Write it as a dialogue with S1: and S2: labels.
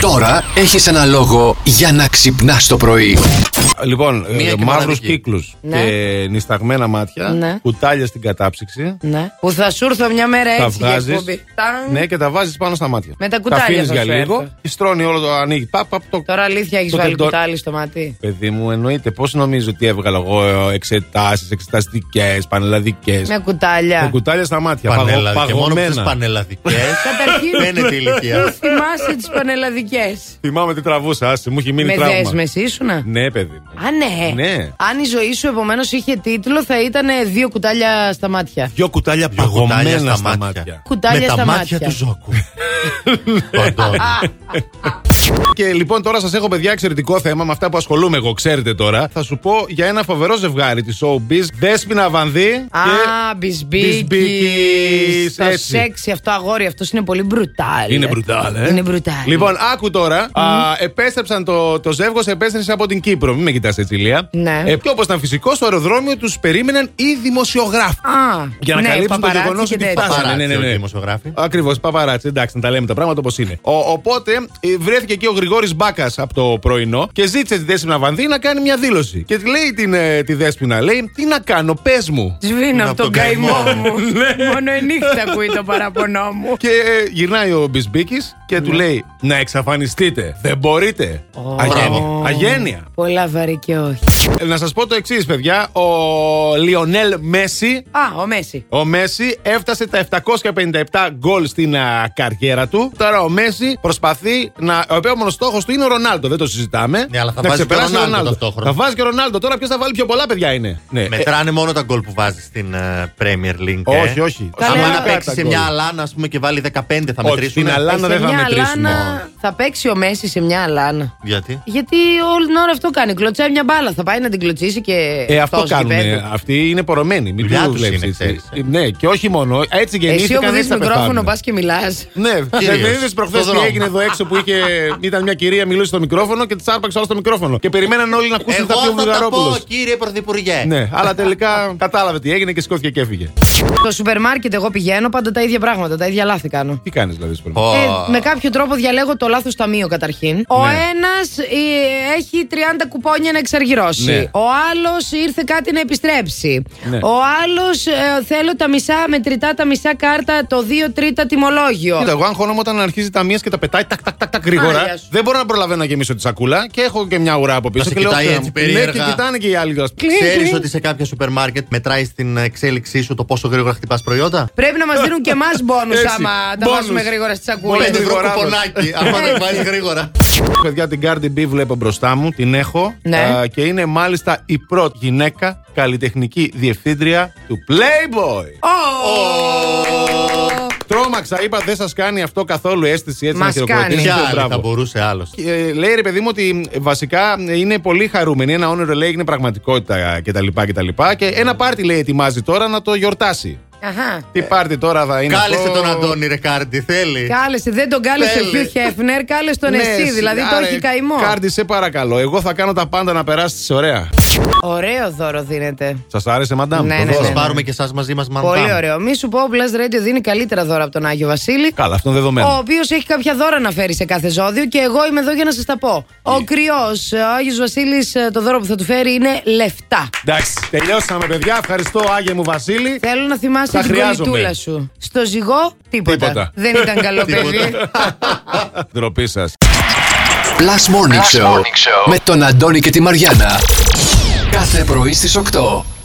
S1: Τώρα έχεις ένα λόγο για να ξυπνάς το πρωί.
S2: Λοιπόν,
S3: Μία και
S2: μαύρου
S3: μοναδική.
S2: κύκλους
S4: Ναι.
S2: και νισταγμένα μάτια,
S4: Ναι.
S2: κουτάλια στην κατάψυξη.
S4: Ναι. Που θα σου έρθω μια μέρα
S2: Τα
S4: έτσι για
S2: βγάζει.
S4: εκπομπή. Τάν.
S2: Ναι, και τα βάζεις πάνω στα μάτια.
S4: Με τα κουτάλια
S2: αφήνεις
S4: θα
S2: για
S4: σου
S2: λίγο
S4: έρθω.
S2: και στρώνει όλο το ανοίγει. Παπ, παπ, το...
S4: Τώρα αλήθεια έχεις
S2: το
S4: βάλει
S2: τεντό-
S4: κουτάλι στο ματί.
S2: Παιδί μου, εννοείται. Πώς νομίζω ότι έβγαλα εγώ ε, εξετάσεις, εξεταστικές, πανελλαδικές.
S4: Με κουτάλια.
S2: Με κουτάλια στα μάτια.
S3: Πανέλα,
S2: παγω-
S3: και μόνο που τις
S2: παγωμένα.
S3: πανελλαδικές
S4: Καταρχήν.
S3: φαίνεται η ηλικία.
S4: Θυμάσαι τις πανελλαδικές.
S2: Θυμάμαι τι τραβούσα, άσε, μου έχει μείνει
S4: Με
S2: τραύμα.
S4: δέσμες ήσουνα.
S2: Ναι, παιδί μου.
S4: Α, ναι.
S2: Ναι.
S4: Αν η ζωή σου επομένως είχε τίτλο, θα ήταν δύο κουτάλια στα μάτια.
S2: Δυο κουτάλια
S3: Δυο κουτάλια
S2: παγωμένα
S3: στα
S2: στα
S3: μάτια.
S2: μάτια.
S4: Κουτάλια
S3: Με
S4: στα
S3: τα μάτια
S4: μάτια.
S3: του Ζόκου. Του Αντώνη.
S2: Και λοιπόν, τώρα σας έχω παιδιά εξαιρετικό θέμα με αυτά που ασχολούμαι εγώ, ξέρετε τώρα. Θα σου πω για ένα φοβερό ζευγάρι της showbiz, Δέσπινα Βανδύ και.
S4: Α, μπισμπίκι.
S2: μπισμπίκης,
S4: Το
S2: έτσι.
S4: σεξι αυτό αγόρι, αυτός είναι πολύ μπρουτάλ.
S2: Είναι μπρουτάλ, ε.
S4: Είναι μπρουτάλ.
S2: Λοιπόν, άκου τώρα. Α, επέστρεψαν το, το ζεύγος, επέστρεψες από την Κύπρο. Μην με κοιτάς έτσι, Ηλία.
S4: Ναι.
S2: Ε, και όπως ήταν φυσικός, στο αεροδρόμιο τους περίμεναν οι δημοσιογράφοι.
S4: Α,
S2: Για να
S4: ναι,
S2: καλύψουν το
S4: παπαράτσι
S2: γεγονός
S4: και
S2: ότι
S4: τέτοια.
S2: φτάσανε.
S3: Παράξενο
S2: ναι, ναι, ναι.
S3: οι δημοσιογράφοι.
S2: Ακριβώς, παπαράτσι. Εντάξει, να τα λέμε τα πράγματα όπως είναι. Ο, οπότε ε, βρέθηκε εκεί ο Γρηγόρης Μπάκας από το πρωινό και ζήτησε τη Δέσπινα Βανδύ να κάνει μια δήλωση. Και λέει την, ε, τη Δέσπινα, λέει, Τι να κάνω, πες μου.
S4: Σβήνω από τον
S3: τον
S4: καημό
S3: καημό
S4: μου.
S2: Ναι.
S4: Μόνο η νύχτα ακούει το παραπονό μου.
S2: Και ε, γυρνάει ο Μπισμπίκης και
S4: Ναι.
S2: του λέει: Να εξαφανιστείτε. Δεν μπορείτε. Αγένεια.
S3: Μπράβο.
S2: Αγένεια.
S4: Πολλά βαρύ και όχι.
S2: Ε, Να σας πω το εξής, παιδιά. Ο Λιονέλ Μέση.
S4: Α, ο Μέση.
S2: Ο Μέση έφτασε τα 757 γκολ στην α, καριέρα του. Τώρα ο Μέση προσπαθεί να. Ο επόμενος στόχος του είναι ο Ρονάλντο. Δεν το συζητάμε.
S3: Ναι, αλλά θα
S2: να
S3: βάζει και
S2: ξεπεράσει
S3: Ρονάλντο
S2: τον
S3: ταυτόχρονα.
S2: Θα βάζει και ο Ρονάλντο. Τώρα ποιος θα βάλει πιο πολλά, παιδιά είναι. Ναι. Ε,
S3: Μετράνε μόνο τα γκολ που βάζει στην ε, Premier League. ε.
S2: όχι, όχι.
S4: Τα λέω
S3: Άμα
S4: Καλά
S3: να
S4: τα
S3: παίξει σε μια αλάνα, ας πούμε, και βάλει 15, θα
S2: Όχι, στην
S3: μετρήσουν.
S2: Αλάνα
S4: σε
S2: δεν θα
S4: μια
S2: μετρήσουμε.
S4: αλάνα θα παίξει ο Μέση σε μια αλάνα.
S3: Γιατί.
S4: Γιατί όλη την ώρα αυτό κάνει. Κλωτσάει μια μπάλα. Θα πάει να την κλωτσίσει και.
S2: Ε, αυτό
S4: αυτός εκεί
S2: κάνουν.
S4: πέρα.
S2: Αυτοί είναι πορωμένοι. Μην
S3: Δουλειά
S2: του
S3: τους
S2: βλέπεις
S3: είναι,
S2: έτσι.
S3: ξέρεις. ε.
S2: Ναι, και όχι μόνο. Έτσι
S4: Εσύ
S2: γεννήθηκαν.
S4: όπου δεις
S2: έτσι θα
S4: μικρόφωνο,
S2: πεθάνουν.
S4: πας και μιλάς.
S2: Ναι, δεν
S3: Κυρίως.
S2: είδες προχθές
S3: Στον
S2: τι
S3: δρόμο.
S2: έγινε εδώ έξω που είχε, ήταν μια κυρία μιλούσε στο μικρόφωνο και της άρπαξε όλα στο μικρόφωνο. Και περιμέναν όλοι να ακούσουν τα
S3: Εγώ
S2: πιο
S3: θα τα πω,
S2: Βουλγαρόπουλος.
S3: κύριε Πρωθυπουργέ.
S2: Ναι, αλλά τελικά κατάλαβε τι έγινε και σηκώθηκε και έφυγε.
S4: Στο σούπερ μάρκετ, εγώ πηγαίνω πάντα τα ίδια πράγματα, τα ίδια λάθη κάνω.
S2: Τι κάνεις δηλαδή, Σπορ.
S3: Πω.
S4: Ε, με κάποιο τρόπο διαλέγω το λάθος ταμείο καταρχήν. Ο
S2: Ναι.
S4: ένας ένα έχει 30 κουπόνια να εξαργυρώσει.
S2: Ναι.
S4: Ο άλλος ήρθε κάτι να επιστρέψει.
S2: Ναι.
S4: Ο άλλος θέλω τα μισά μετρητά, τα μισά κάρτα, το 2 τρίτα τιμολόγιο.
S2: Κοίτα, εγώ αγχώνομαι όταν αρχίζει τα μίας και τα πετάει τακ, τακ, τακ, τακ γρήγορα.
S4: Άρια σου.
S2: Δεν μπορώ να προλαβαίνω και μισό τη σακούλα και έχω και μια ουρά από πίσω.
S3: Να σε
S2: και λέω,
S3: κοιτάει
S2: «Ω, Θεέ
S3: έτσι
S2: μου». Ναι, και
S3: περίεργα.
S2: κοιτάνε και οι άλλοι. δηλαδή, «Κλιν,
S3: Ξέρεις
S2: κλιν».
S3: ότι σε κάποια σούπερ μάρκετ μετράει στην εξέλιξή σου το πόσο γρήγορα χτυπάς προϊόντα.
S4: Πρέπει να μας δίνουν και εμάς μπόνους
S2: Έτσι,
S4: άμα τα
S2: bonus.
S4: βάζουμε γρήγορα στη σακούλα.
S2: Bonus.
S3: Πέντε ευρώ
S2: γρήγοράδος.
S3: κουπονάκι, άμα δεν βάζει γρήγορα.
S2: Παιδιά, την Cardi B βλέπω μπροστά μου, την έχω.
S4: Ναι.
S2: Α, και είναι μάλιστα η πρώτη γυναίκα καλλιτεχνική διευθύντρια του Playboy. Τρώμαξα, είπα δεν σας κάνει αυτό καθόλου αίσθηση έτσι
S4: Μας
S2: να
S4: κάνει.
S3: Ποια
S2: χειροκροτήσετε.
S3: άλλη θα
S2: Μπράβο.
S3: μπορούσε άλλος.
S2: Ε, λέει ρε παιδί μου ότι ε, βασικά ε, είναι πολύ χαρούμενη. Ένα όνειρο λέει είναι πραγματικότητα κτλ. κτλ. Και ένα πάρτι λέει ετοιμάζει τώρα να το γιορτάσει.
S4: Αχα.
S2: Τι πάρτι τώρα θα είναι.
S3: Κάλεσε
S2: αυτό?
S3: τον Αντώνη Ρεκάρντι, θέλει.
S4: Κάλεσε, δεν τον κάλεσε
S3: Θέλει.
S4: Χιου Χέφνερ, κάλεσε τον
S2: Ναι,
S4: εσύ. Δηλαδή το
S2: άρε,
S4: έχει καημό.
S2: Κάρντι, σε παρακαλώ. Εγώ θα κάνω τα πάντα να περάσει ωραία.
S4: Ωραίο δώρο δίνεται.
S2: Σας άρεσε, μαντάμ.
S4: Ναι,
S2: το
S4: ναι,
S2: δώρο.
S4: ναι,
S3: Θα
S4: ναι.
S3: πάρουμε και εσάς μαζί μας μαντάμ.
S4: Πολύ ωραίο. Μη σου πω, ο Blast Radio δίνει καλύτερα δώρα από τον Άγιο Βασίλη.
S2: Καλά, αυτό είναι δεδομένο.
S4: Ο οποίος έχει κάποια δώρα να φέρει σε κάθε ζώδιο και εγώ είμαι εδώ για να σας τα πω.
S2: Ναι.
S4: Ο κρυός, ο Άγιος Βασίλης, το δώρο που θα του φέρει είναι λεφτά.
S2: Εντάξει, τελειώσαμε, παιδιά. Ευχαριστώ, Άγιε μου Βασίλη.
S4: Θέλω να θυμάσαι
S2: Τα
S4: την
S2: χρειάζομαι.
S4: κολλητούλα σου. Στο ζυγό, τίποτα.
S2: Τίποτα.
S4: Δεν ήταν καλό παιδί.
S2: Ντροπή σας.
S1: Plus Morning, Show, με τον Αντώνη και τη Μαριάνα. Κάθε πρωί στις 8.